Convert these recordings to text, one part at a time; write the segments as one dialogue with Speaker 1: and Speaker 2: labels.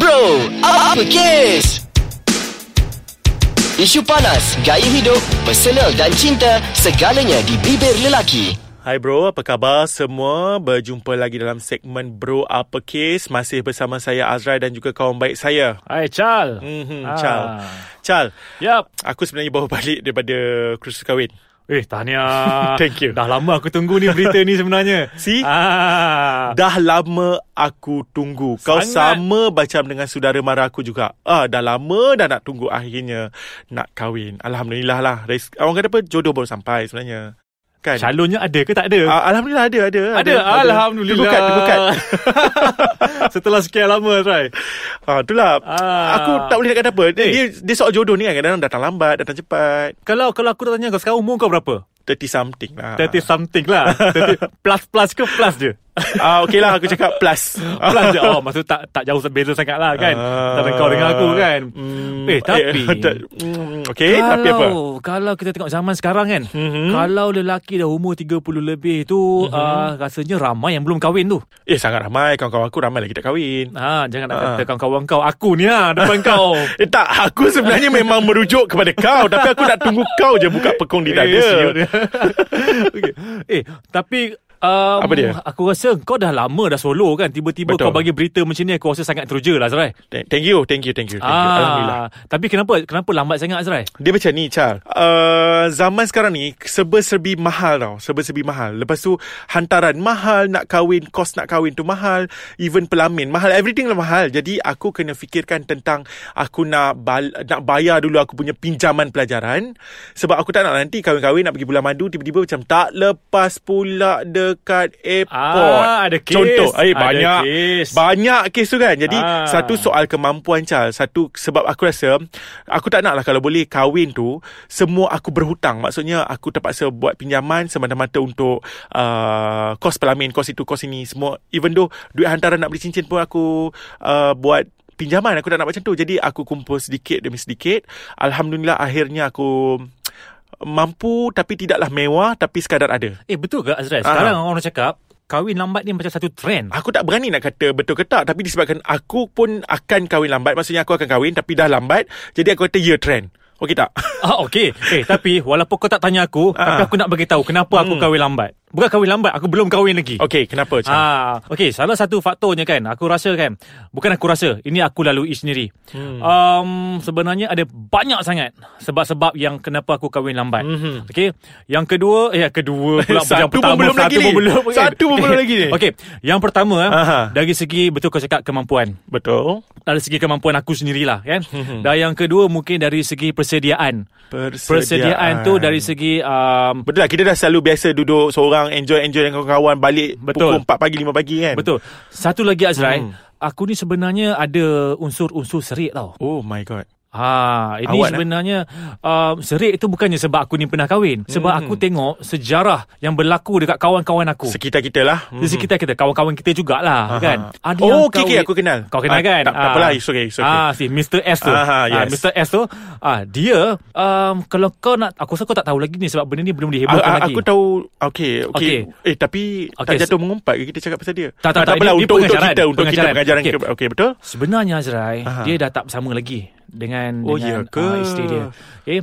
Speaker 1: Bro, apa kes? Isu panas, gaya hidup, personal dan cinta, segalanya di bibir lelaki.
Speaker 2: Hai bro, apa khabar semua? Berjumpa lagi dalam segmen Bro Apa Case Masih bersama saya Azrai dan juga kawan baik saya
Speaker 3: Hai Chal. Ah.
Speaker 2: Mhm, Chal. Chal,
Speaker 3: Yap.
Speaker 2: aku sebenarnya bawa balik daripada kursus kahwin
Speaker 3: Eh, tahniah.
Speaker 2: Thank you.
Speaker 3: Dah lama aku tunggu ni berita ni sebenarnya.
Speaker 2: See?
Speaker 3: Ah.
Speaker 2: Dah lama aku tunggu Kau
Speaker 3: Sangat.
Speaker 2: sama macam dengan saudara mara aku juga ah, Dah lama dah nak tunggu akhirnya Nak kahwin Alhamdulillah lah Res- Orang kata apa, jodoh baru sampai sebenarnya Kan?
Speaker 3: Calonnya ada ke tak ada?
Speaker 2: Ah, Alhamdulillah ada ada
Speaker 3: ada. Alhamdulillah.
Speaker 2: Tunggu kad, tunggu kad.
Speaker 3: Setelah sekian lama, Azrai.
Speaker 2: Ah, itulah.
Speaker 3: Ah.
Speaker 2: Aku tak boleh nak kata apa. Dia,
Speaker 3: Eh.
Speaker 2: dia, dia soal jodoh ni kan. Kadang-kadang datang lambat, datang cepat.
Speaker 3: Kalau kalau aku tanya kau sekarang umur kau berapa?
Speaker 2: 30 something lah.
Speaker 3: 30 something lah. 30 plus plus ke plus je?
Speaker 2: Ah, okay lah aku cakap plus.
Speaker 3: Plus je. Oh, maksud tak tak jauh beza sangat lah kan.
Speaker 2: Ah.
Speaker 3: Antara kau dengan aku kan.
Speaker 2: Hmm,
Speaker 3: eh, tapi
Speaker 2: tak- hmm, okay, tapi apa?
Speaker 3: Kalau- Kalau kita tengok zaman sekarang kan
Speaker 2: Mhm.
Speaker 3: Kalau lelaki dah umur 30 lebih tu ah, Rasanya ramai yang belum kahwin tu
Speaker 2: Eh, sangat ramai. Kawan-kawan aku ramai lagi tak kahwin.
Speaker 3: ha, Jangan nak
Speaker 2: Ah.
Speaker 3: kata kawan-kawan kau Aku ni lah depan kau
Speaker 2: Eh tak, aku sebenarnya memang merujuk kepada kau Tapi aku nak tunggu kau je buka pekong di dada
Speaker 3: Eh,
Speaker 2: Siut.
Speaker 3: okay. Eh tapi um,
Speaker 2: Apa dia?
Speaker 3: Aku rasa kau dah lama dah solo kan Tiba-tiba
Speaker 2: Betul.
Speaker 3: kau bagi berita macam ni Aku rasa sangat teruja lah Azrai
Speaker 2: Thank thank you, thank you, thank you, thank you.
Speaker 3: Ah.
Speaker 2: Alhamdulillah
Speaker 3: Tapi kenapa kenapa lambat sangat Azrai?
Speaker 2: Dia macam ni Char uh, Zaman sekarang ni Serba-serbi mahal tau Serba-serbi mahal Lepas tu Hantaran mahal Nak kahwin Kos nak kahwin tu mahal Even pelamin mahal Everything lah mahal Jadi aku kena fikirkan tentang Aku nak bal- nak bayar dulu Aku punya pinjaman pelajaran Sebab aku tak nak nanti Kahwin-kahwin nak pergi bulan madu Tiba-tiba macam Tak lepas pula Dekat airport
Speaker 3: Ah, ada kes.
Speaker 2: Contoh eh,
Speaker 3: Ada
Speaker 2: Banyak
Speaker 3: kes.
Speaker 2: Banyak kes tu kan Jadi
Speaker 3: Ah.
Speaker 2: Satu soal kemampuan Chal Satu sebab aku rasa Aku tak nak lah kalau boleh kahwin tu Semua aku berhutang Maksudnya aku terpaksa buat pinjaman Semata-mata untuk uh, Kos pelamin, kos itu, kos ini Semua Even though duit hantaran nak beli cincin pun aku uh, Buat pinjaman Aku tak nak macam tu Jadi aku kumpul sedikit demi sedikit Alhamdulillah akhirnya aku Mampu tapi tidaklah mewah Tapi sekadar ada
Speaker 3: Eh betul ke Azrai?
Speaker 2: Ah.
Speaker 3: Sekarang orang cakap Kahwin lambat ni macam satu trend
Speaker 2: Aku tak berani nak kata betul ke tak Tapi disebabkan aku pun akan kahwin lambat Maksudnya aku akan kahwin tapi dah lambat Jadi aku kata ya trend Okey tak?
Speaker 3: Ah okey. Eh tapi walaupun kau tak tanya aku,
Speaker 2: Ah. Hmm.
Speaker 3: tapi aku nak bagi tahu kenapa aku kahwin lambat. Bukan kahwin lambat, aku belum kahwin lagi.
Speaker 2: Okey kenapa Chan?
Speaker 3: Ah, okey, salah satu faktornya kan, aku rasa kan, bukan aku rasa, ini aku lalui sendiri. Hmm. Um, sebenarnya ada banyak sangat sebab-sebab yang kenapa aku kahwin lambat. Hmm. Okey, yang kedua, eh yang kedua pula
Speaker 2: Satu
Speaker 3: yang
Speaker 2: pun
Speaker 3: pertama,
Speaker 2: belum
Speaker 3: satu
Speaker 2: lagi
Speaker 3: pun
Speaker 2: ni.
Speaker 3: belum kan?
Speaker 2: Satu pun belum lagi ni.
Speaker 3: Okey, yang pertama
Speaker 2: Aha.
Speaker 3: Aha. dari segi betul kau cakap kemampuan
Speaker 2: Betul
Speaker 3: dari segi kemampuan aku sendirilah kan.
Speaker 2: Hmm.
Speaker 3: Dan yang kedua mungkin dari segi persediaan.
Speaker 2: Persediaan.
Speaker 3: Persediaan tu
Speaker 2: kan.
Speaker 3: dari segi um,
Speaker 2: Betul lah kita dah selalu biasa duduk seorang Enjoy-enjoy dengan kawan-kawan Balik
Speaker 3: Betul.
Speaker 2: pukul 4 pagi 5 pagi kan?
Speaker 3: betul. Satu lagi Azrai,
Speaker 2: Hmm.
Speaker 3: aku ni sebenarnya ada unsur-unsur serik tau.
Speaker 2: Oh my god
Speaker 3: Ha, ini
Speaker 2: Awak nak-
Speaker 3: sebenarnya um, serik itu bukannya sebab aku ni pernah kahwin, sebab aku
Speaker 2: Hmm.
Speaker 3: tengok sejarah yang berlaku dekat kawan-kawan aku.
Speaker 2: Sekitar kita lah
Speaker 3: Oh. Di sekitar kita, kawan-kawan kita jugalah kan. Ada yang
Speaker 2: Oh okey
Speaker 3: kahwin-
Speaker 2: okay, aku kenal
Speaker 3: Kau kenal
Speaker 2: Ah,
Speaker 3: kan?
Speaker 2: Tak, tak apalah it's okay, it's okay.
Speaker 3: Ah, si Mr. S tu.
Speaker 2: Ah, yes.
Speaker 3: Ah, Mr. S tu, ah, dia, um, kalau kau nak, aku rasa kau tak tahu lagi ni sebab benda ni belum
Speaker 2: Ah,
Speaker 3: dihebohkan
Speaker 2: ah,
Speaker 3: lagi.
Speaker 2: aku tahu okay, okay Eh tapi
Speaker 3: Okay,
Speaker 2: Tak jatuh mengumpat ke kita cakap pasal dia
Speaker 3: Tak, tak,
Speaker 2: Ah,
Speaker 3: tak,
Speaker 2: apalah,
Speaker 3: dia- dia
Speaker 2: untuk, untuk
Speaker 3: pengajaran,
Speaker 2: kita Untuk kita
Speaker 3: pengajaran.
Speaker 2: pengajaran
Speaker 3: Okey.
Speaker 2: kita. Okey betul
Speaker 3: Sebenarnya Azrai,
Speaker 2: Aha.
Speaker 3: dia dah tak bersama lagi dengan
Speaker 2: Oh,
Speaker 3: dengan
Speaker 2: ya ke?
Speaker 3: ah, isteri dia. Okay.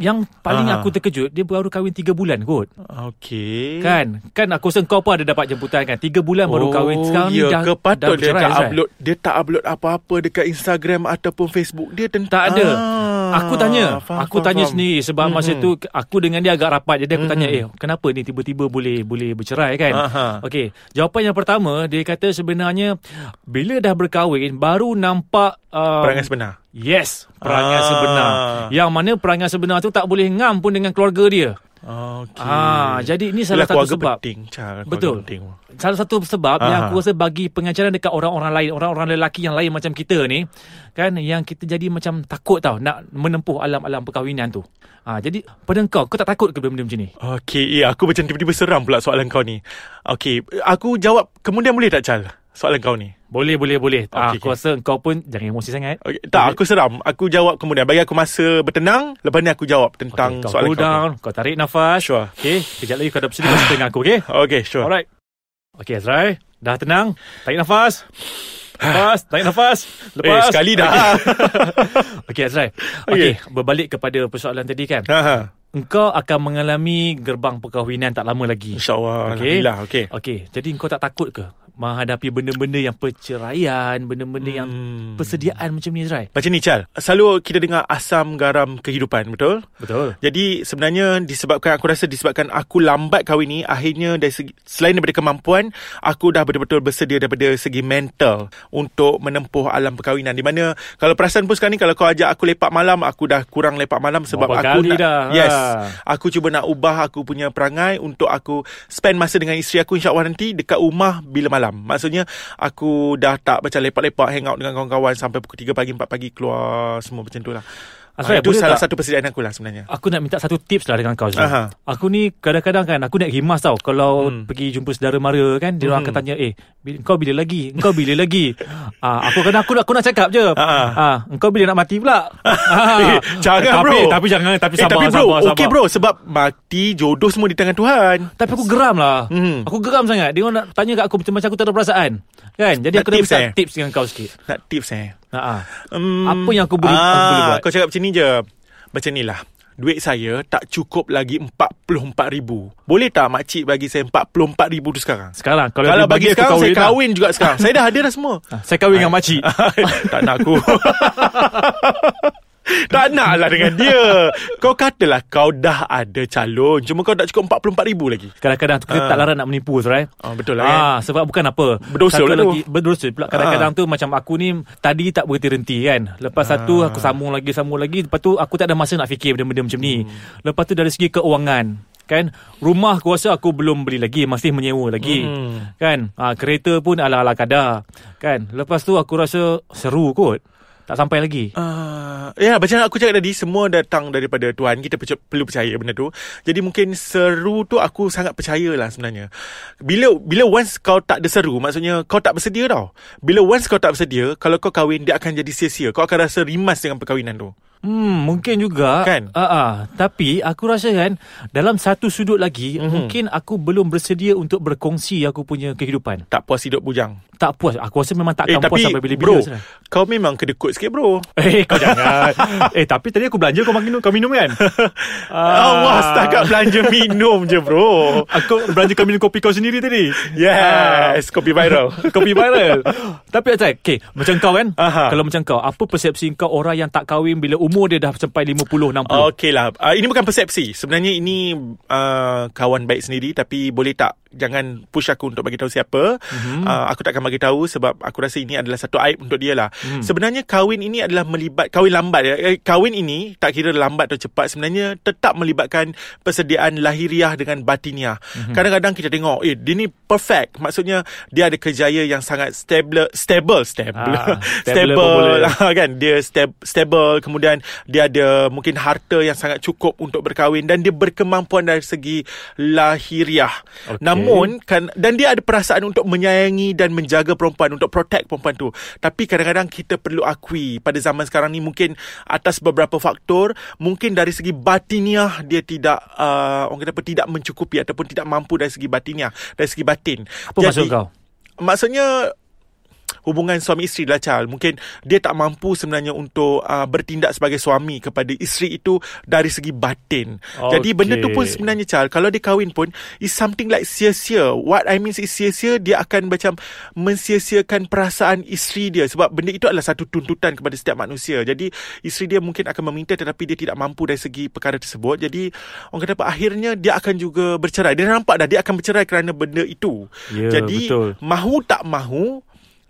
Speaker 3: Yang paling
Speaker 2: Aha.
Speaker 3: aku terkejut, dia baru kahwin 3 bulan kot.
Speaker 2: Okey
Speaker 3: Kan? Kan aku rasa kau pun ada dapat jemputan kan? 3 bulan baru kahwin. Sekarang
Speaker 2: ya,
Speaker 3: ni dah,
Speaker 2: ke patut
Speaker 3: dah
Speaker 2: dia
Speaker 3: bercerai
Speaker 2: tak
Speaker 3: Azrai.
Speaker 2: upload dia tak upload apa-apa dekat Instagram ataupun Facebook dia tentang
Speaker 3: Tak ada.
Speaker 2: Ah,
Speaker 3: aku tanya,
Speaker 2: faham,
Speaker 3: aku
Speaker 2: faham,
Speaker 3: tanya
Speaker 2: faham.
Speaker 3: sendiri sebab
Speaker 2: Mhm.
Speaker 3: masa tu aku dengan dia agak rapat jadi aku tanya, "Eh, kenapa ni tiba-tiba boleh boleh bercerai kan?"
Speaker 2: hmm. Aha.
Speaker 3: Okey, jawapan yang pertama dia kata sebenarnya bila dah berkahwin baru nampak um,
Speaker 2: Perangai sebenar.
Speaker 3: Yes, perangai
Speaker 2: Ah.
Speaker 3: sebenar. Yang mana perangai sebenar tu tak boleh ngam pun dengan keluarga dia.
Speaker 2: Okey.
Speaker 3: Ah, jadi ini salah
Speaker 2: Yelah,
Speaker 3: satu
Speaker 2: keluarga
Speaker 3: sebab.
Speaker 2: penting, Ah. Char. Keluarga
Speaker 3: Betul.
Speaker 2: penting.
Speaker 3: Salah satu sebab yang
Speaker 2: Aha.
Speaker 3: aku rasa bagi pengajaran dekat orang-orang lain, orang-orang lelaki yang lain macam kita ni, kan yang kita jadi macam takut tau nak menempuh alam-alam perkahwinan tu. Ha, jadi pada kau, kau tak takut ke benda-benda macam ni?
Speaker 2: Okey, ya aku macam tiba-tiba seram pula soalan kau ni. Okey, aku jawab kemudian boleh tak Chal? Soalan kau ni.
Speaker 3: Boleh, boleh, boleh.
Speaker 2: Okey,
Speaker 3: Ah,
Speaker 2: okey.
Speaker 3: aku rasa kau pun jangan emosi sangat.
Speaker 2: Okay, tak, aku seram. Aku jawab kemudian. Bagi aku masa bertenang, lepas ni aku jawab tentang
Speaker 3: Okey, kau
Speaker 2: soalan
Speaker 3: cool down, kau, tarik nafas.
Speaker 2: Sure.
Speaker 3: Okey, kejap lagi kau dah bersedia bersama dengan aku, okey?
Speaker 2: kau. Okey, sure.
Speaker 3: Alright. Okey, Azrai. Dah tenang? Tarik nafas. Lepas, tarik nafas. Lepas.
Speaker 2: Eh, sekali dah.
Speaker 3: okay, Azrai.
Speaker 2: Okey.
Speaker 3: Okay. okay, berbalik kepada persoalan tadi kan.
Speaker 2: Ha, ha.
Speaker 3: Engkau akan mengalami gerbang perkahwinan tak lama lagi.
Speaker 2: InsyaAllah.
Speaker 3: Okey.
Speaker 2: Alhamdulillah. Okay.
Speaker 3: Okey, jadi engkau tak takut ke menghadapi benda-benda yang perceraian, benda-benda yang
Speaker 2: Hmm.
Speaker 3: persediaan macam ni Azrai?
Speaker 2: Macam ni, Chal. Selalu kita dengar asam garam kehidupan, betul?
Speaker 3: Betul.
Speaker 2: Jadi sebenarnya disebabkan aku rasa disebabkan aku lambat kahwin ni akhirnya dari segi, selain daripada kemampuan aku dah betul-betul bersedia daripada segi mental untuk menempuh alam perkahwinan di mana kalau perasan pun sekarang ni kalau kau ajak aku lepak malam aku dah kurang lepak malam sebab
Speaker 3: Berapa
Speaker 2: aku
Speaker 3: kali
Speaker 2: nak
Speaker 3: dah?
Speaker 2: yes
Speaker 3: Ha.
Speaker 2: aku cuba nak ubah aku punya perangai untuk aku spend masa dengan isteri aku insyaAllah nanti dekat rumah bila malam maksudnya aku dah tak macam lepak-lepak hang out dengan kawan-kawan sampai pukul 3 pagi 4 pagi keluar semua macam tu lah
Speaker 3: Azrai,
Speaker 2: itu
Speaker 3: boleh
Speaker 2: salah
Speaker 3: tak-
Speaker 2: satu persediaan aku lah sebenarnya
Speaker 3: Aku nak minta satu tips lah dengan kau Azrai.
Speaker 2: Aha.
Speaker 3: Aku ni kadang-kadang kan aku nak himas tau kalau hmm. pergi jumpa saudara mara kan dia
Speaker 2: Hmm.
Speaker 3: orang akan tanya eh bila, kau bila lagi? Kau bila lagi? ah aku kan aku, nak- aku nak cakap je.
Speaker 2: Ah.
Speaker 3: ah kau bila nak mati pula?
Speaker 2: Eh,
Speaker 3: ah.
Speaker 2: jangan
Speaker 3: tapi,
Speaker 2: bro
Speaker 3: Tapi jangan tapi
Speaker 2: eh,
Speaker 3: sabar
Speaker 2: tapi bro,
Speaker 3: sabar sabar.
Speaker 2: Okay bro Sebab mati jodoh semua di tangan Tuhan
Speaker 3: Tapi aku geram lah
Speaker 2: Hmm.
Speaker 3: Aku geram sangat Dia orang nak tanya kat aku Macam-macam aku tak ada perasaan Kan Jadi
Speaker 2: Nak
Speaker 3: aku dah
Speaker 2: tips,
Speaker 3: minta
Speaker 2: eh?
Speaker 3: tips dengan kau sikit Ah,
Speaker 2: Nak tips eh
Speaker 3: Ha-ha.
Speaker 2: um,
Speaker 3: Apa yang aku boleh- aku boleh buat?
Speaker 2: Kau cakap macam ni je Macam ni lah Duit saya tak cukup lagi RM44,000 Boleh tak makcik bagi saya RM44,000 tu sekarang?
Speaker 3: Sekarang Kalau,
Speaker 2: Kalau
Speaker 3: dia
Speaker 2: bagi
Speaker 3: aku
Speaker 2: sekarang Saya
Speaker 3: lah.
Speaker 2: kahwin Ah. juga sekarang Saya dah ada dah semua
Speaker 3: Ha, Saya kahwin dengan makcik
Speaker 2: Tak nak aku Tak nak lah dengan dia Kau katalah kau dah ada calon Cuma kau tak cukup RM44,000 lagi
Speaker 3: Kadang-kadang tu kita
Speaker 2: Ah.
Speaker 3: tak larang nak menipu Serai
Speaker 2: Ah, betul lah,
Speaker 3: ah, Sebab bukan apa
Speaker 2: Berdosa
Speaker 3: Satu
Speaker 2: pula tu. Ah.
Speaker 3: lagi Berdosa pula Kadang-kadang tu macam aku ni Tadi tak berhenti-henti kan Lepas satu
Speaker 2: Ah.
Speaker 3: aku sambung lagi Sambung lagi Lepas tu aku tak ada masa nak fikir Benda-benda macam
Speaker 2: Hmm.
Speaker 3: ni Lepas tu dari segi keuangan kan rumah aku rasa aku belum beli lagi masih menyewa lagi hmm. kan ha, kereta pun ala-ala kadar kan lepas tu aku rasa seru kot tak sampai lagi
Speaker 2: Uh, ya macam aku cakap tadi Semua datang daripada Tuhan Kita perc- perlu percaya benda tu Jadi mungkin seru tu Aku sangat percaya lah sebenarnya Bila bila once kau tak ada seru Maksudnya kau tak bersedia tau Bila once kau tak bersedia Kalau kau kahwin Dia akan jadi sia-sia Kau akan rasa rimas dengan perkahwinan tu
Speaker 3: Hmm, mungkin juga.
Speaker 2: Kan?
Speaker 3: Ah, ah. tapi aku rasa kan dalam satu sudut lagi
Speaker 2: Hmm.
Speaker 3: mm-hmm. mungkin aku belum bersedia untuk berkongsi aku punya kehidupan.
Speaker 2: Tak puas hidup bujang
Speaker 3: Tak puas. Aku rasa memang
Speaker 2: Eh
Speaker 3: tak akan
Speaker 2: tapi
Speaker 3: puas sampai bila-bila.
Speaker 2: bro
Speaker 3: Azrai.
Speaker 2: Kau memang kedekut sikit bro
Speaker 3: Eh, kau jangan. eh, tapi tadi aku belanja kau makin kau minum kan?
Speaker 2: ah.
Speaker 3: Ah,
Speaker 2: Awas setakat belanja minum je bro
Speaker 3: Aku belanja kau minum kopi kau sendiri tadi. Ah.
Speaker 2: Yes Kopi viral
Speaker 3: Kopi viral. Tapi Azrai, okay, macam kau kan?
Speaker 2: Aha.
Speaker 3: Kalau macam kau, apa persepsi kau orang yang tak kahwin bila umur dia dah sampai 50 60?
Speaker 2: Okey lah. Uh, ini bukan persepsi. Sebenarnya ini uh, kawan baik sendiri tapi boleh tak jangan push aku untuk bagi tahu siapa.
Speaker 3: Mhm.
Speaker 2: Mm-hmm. Uh, aku takkan bagi tahu sebab aku rasa ini adalah satu aib untuk dia lah.
Speaker 3: Mhm.
Speaker 2: Mm. Sebenarnya kahwin ini adalah melibat kahwin lambat ya. Eh, Kahwin ini tak kira lambat atau cepat sebenarnya tetap melibatkan persediaan lahiriah dengan batiniah.
Speaker 3: Mhm.
Speaker 2: Mm-hmm. Kadang-kadang kita tengok eh dia ni perfect. Maksudnya dia ada kerjaya yang sangat stable stable stable.
Speaker 3: Ah, stable
Speaker 2: stable,
Speaker 3: pun boleh.
Speaker 2: stable Ah, kan dia stab, stable kemudian dia ada mungkin harta yang sangat cukup untuk berkahwin dan dia berkemampuan dari segi lahiriah.
Speaker 3: Okey.
Speaker 2: Okay. Namun kan dan dia ada perasaan untuk menyayangi dan menjaga perempuan untuk protect perempuan tu. Tapi kadang-kadang kita perlu akui pada zaman sekarang ni mungkin atas beberapa faktor mungkin dari segi batiniah dia tidak uh, orang kata apa tidak mencukupi ataupun tidak mampu dari segi batiniah, dari segi batin.
Speaker 3: apa maksud kau?
Speaker 2: Maksudnya hubungan suami isteri lah Chal. Mungkin dia tak mampu sebenarnya untuk uh, bertindak sebagai suami kepada isteri itu dari segi batin.
Speaker 3: Okey.
Speaker 2: Okay. Jadi benda tu pun sebenarnya Chal, kalau dia kahwin pun is something like sia-sia. What I mean is sia-sia dia akan macam mensia-siakan perasaan isteri dia sebab benda itu adalah satu tuntutan kepada setiap manusia. Jadi isteri dia mungkin akan meminta tetapi dia tidak mampu dari segi perkara tersebut. Jadi orang kata apa akhirnya dia akan juga bercerai. Dia nampak dah dia akan bercerai kerana benda itu.
Speaker 3: Ya,
Speaker 2: Jadi
Speaker 3: betul.
Speaker 2: mahu tak mahu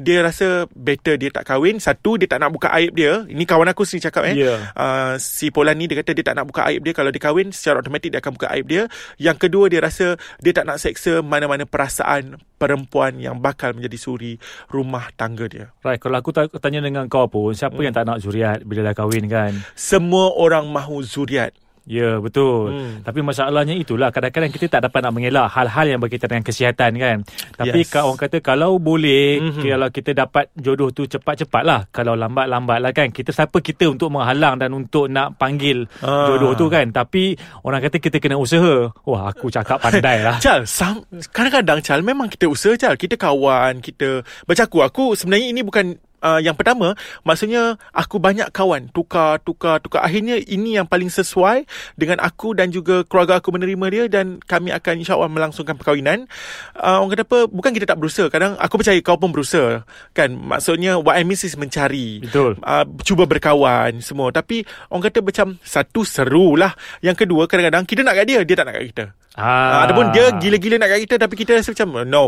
Speaker 2: dia rasa better dia tak kahwin satu dia tak nak buka aib dia ini kawan aku sendiri cakap eh
Speaker 3: Ya.
Speaker 2: uh, si Polan ni dia kata dia tak nak buka aib dia kalau dia kahwin secara automatik dia akan buka aib dia yang kedua dia rasa dia tak nak seksa mana-mana perasaan perempuan yang bakal menjadi suri rumah tangga dia
Speaker 3: Right, kalau aku ta- Hmm. tanya dengan kau pun, siapa yang tak nak zuriat bila dah kahwin kan?
Speaker 2: semua orang mahu zuriat
Speaker 3: Ya betul hmm. Tapi masalahnya itulah Kadang-kadang kita tak dapat nak mengelak Hal-hal yang berkaitan dengan kesihatan kan Tapi
Speaker 2: Yes. Mhm.
Speaker 3: yes. orang kata Kalau boleh mm-hmm. Kalau kita dapat jodoh tu cepat-cepat lah Kalau lambat-lambat lah kan Kita siapa kita untuk menghalang Dan untuk nak panggil
Speaker 2: Ah.
Speaker 3: ah. Jodoh tu kan Tapi orang kata kita kena usaha Wah aku cakap pandai lah
Speaker 2: Chal, sam, kadang-kadang Chal memang kita usaha Chal. Kita kawan, kita macam aku. Aku sebenarnya ini bukan uh, yang pertama. Maksudnya aku banyak kawan, tukar, tukar, tukar. Akhirnya ini yang paling sesuai dengan aku dan juga keluarga aku menerima dia dan kami akan insya-Allah melangsungkan perkahwinan. Uh, orang kata apa? Bukan kita tak berusaha. Kadang aku percaya kau pun berusaha. Kan? Maksudnya what I miss is mencari.
Speaker 3: Betul.
Speaker 2: Uh, cuba berkawan semua. Tapi orang kata macam satu seru lah. Yang kedua kadang-kadang kita nak kat dia, dia tak nak kat kita. Ah. Ataupun dia gila-gila nak kat kita tapi kita rasa macam uh, no.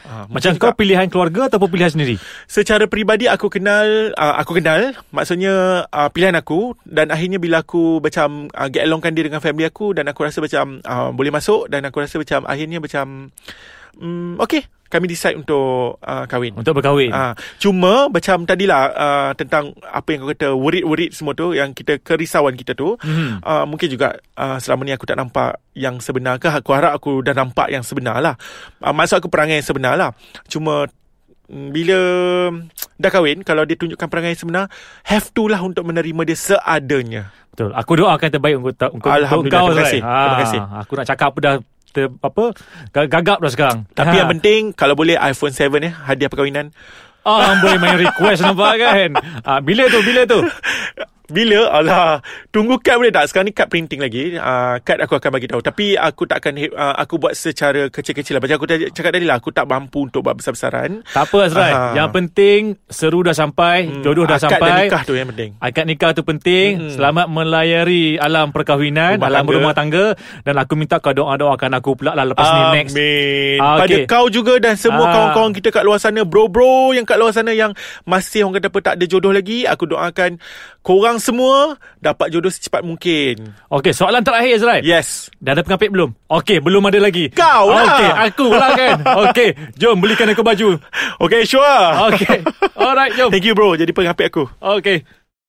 Speaker 2: Ah,
Speaker 3: Macam
Speaker 2: mungkin
Speaker 3: kau
Speaker 2: tak.
Speaker 3: pilihan keluarga Ataupun pilihan sendiri
Speaker 2: Secara peribadi aku kenal uh, Aku kenal Maksudnya uh, pilihan aku Dan akhirnya bila aku macam uh, Get alongkan dia dengan family aku Dan aku rasa macam uh, Boleh masuk Dan aku rasa macam Akhirnya macam um, Okay Kami decide untuk uh, kahwin
Speaker 3: Untuk berkahwin
Speaker 2: Ah, cuma macam tadilah uh, tentang apa yang kau kata worried-worried semua tu yang kita kerisauan kita tu.
Speaker 3: Mhm.
Speaker 2: Uh, mungkin juga uh, selama ni aku tak nampak yang sebenar ke aku harap aku dah nampak yang sebenar lah. Uh, maksud aku perangai yang sebenar lah. Cuma mm, bila dah kahwin kalau dia tunjukkan perangai yang sebenar have to lah untuk menerima dia seadanya.
Speaker 3: Betul. Aku doakan terbaik untuk, untuk, untuk
Speaker 2: Alhamdulillah,
Speaker 3: kau.
Speaker 2: terima
Speaker 3: Zai.
Speaker 2: kasih. Terima kasih.
Speaker 3: Aku nak cakap aku dah ter, apa ga- gagap dah sekarang.
Speaker 2: Tapi
Speaker 3: Ha.
Speaker 2: yang penting kalau boleh iPhone 7 ya hadiah perkahwinan.
Speaker 3: Ah, boleh main request nampak kan. Ah, bila tu, bila tu.
Speaker 2: Bila alah tunggu kad boleh tak sekarang ni kad printing lagi uh, kad aku akan bagi tahu tapi aku tak akan uh, aku buat secara kecil-kecil lah macam aku tadi- cakap tadi lah aku tak mampu untuk buat besar-besaran
Speaker 3: Tak apa Azrai.
Speaker 2: Aha.
Speaker 3: Yang penting seru dah sampai, hmm, jodoh
Speaker 2: Ah.
Speaker 3: dah
Speaker 2: akad dan
Speaker 3: sampai.
Speaker 2: ah, nikah tu yang penting
Speaker 3: Akad nikah tu penting. Hmm. Selamat melayari alam perkahwinan,
Speaker 2: Rumah
Speaker 3: alam
Speaker 2: tangga.
Speaker 3: rumah tangga dan aku minta kau doa-doakan aku pula lah lepas ni next.
Speaker 2: Amin.
Speaker 3: Ah,
Speaker 2: Pada
Speaker 3: okey.
Speaker 2: kau juga dan semua
Speaker 3: Ah.
Speaker 2: kawan-kawan kita kat luar sana, bro-bro yang kat luar sana yang masih orang kata apa tak ada jodoh lagi, aku doakan korang semua dapat jodoh secepat mungkin.
Speaker 3: Okey, soalan terakhir Azrai.
Speaker 2: Yes.
Speaker 3: Dah ada pengapit belum? Okey, belum ada lagi.
Speaker 2: Ya. Kau lah.
Speaker 3: Okey, aku lah kan. Okey, jom belikan aku baju.
Speaker 2: Okay, sure.
Speaker 3: Okay. Alright, jom.
Speaker 2: Thank you bro jadi pengapit aku.
Speaker 3: Okay.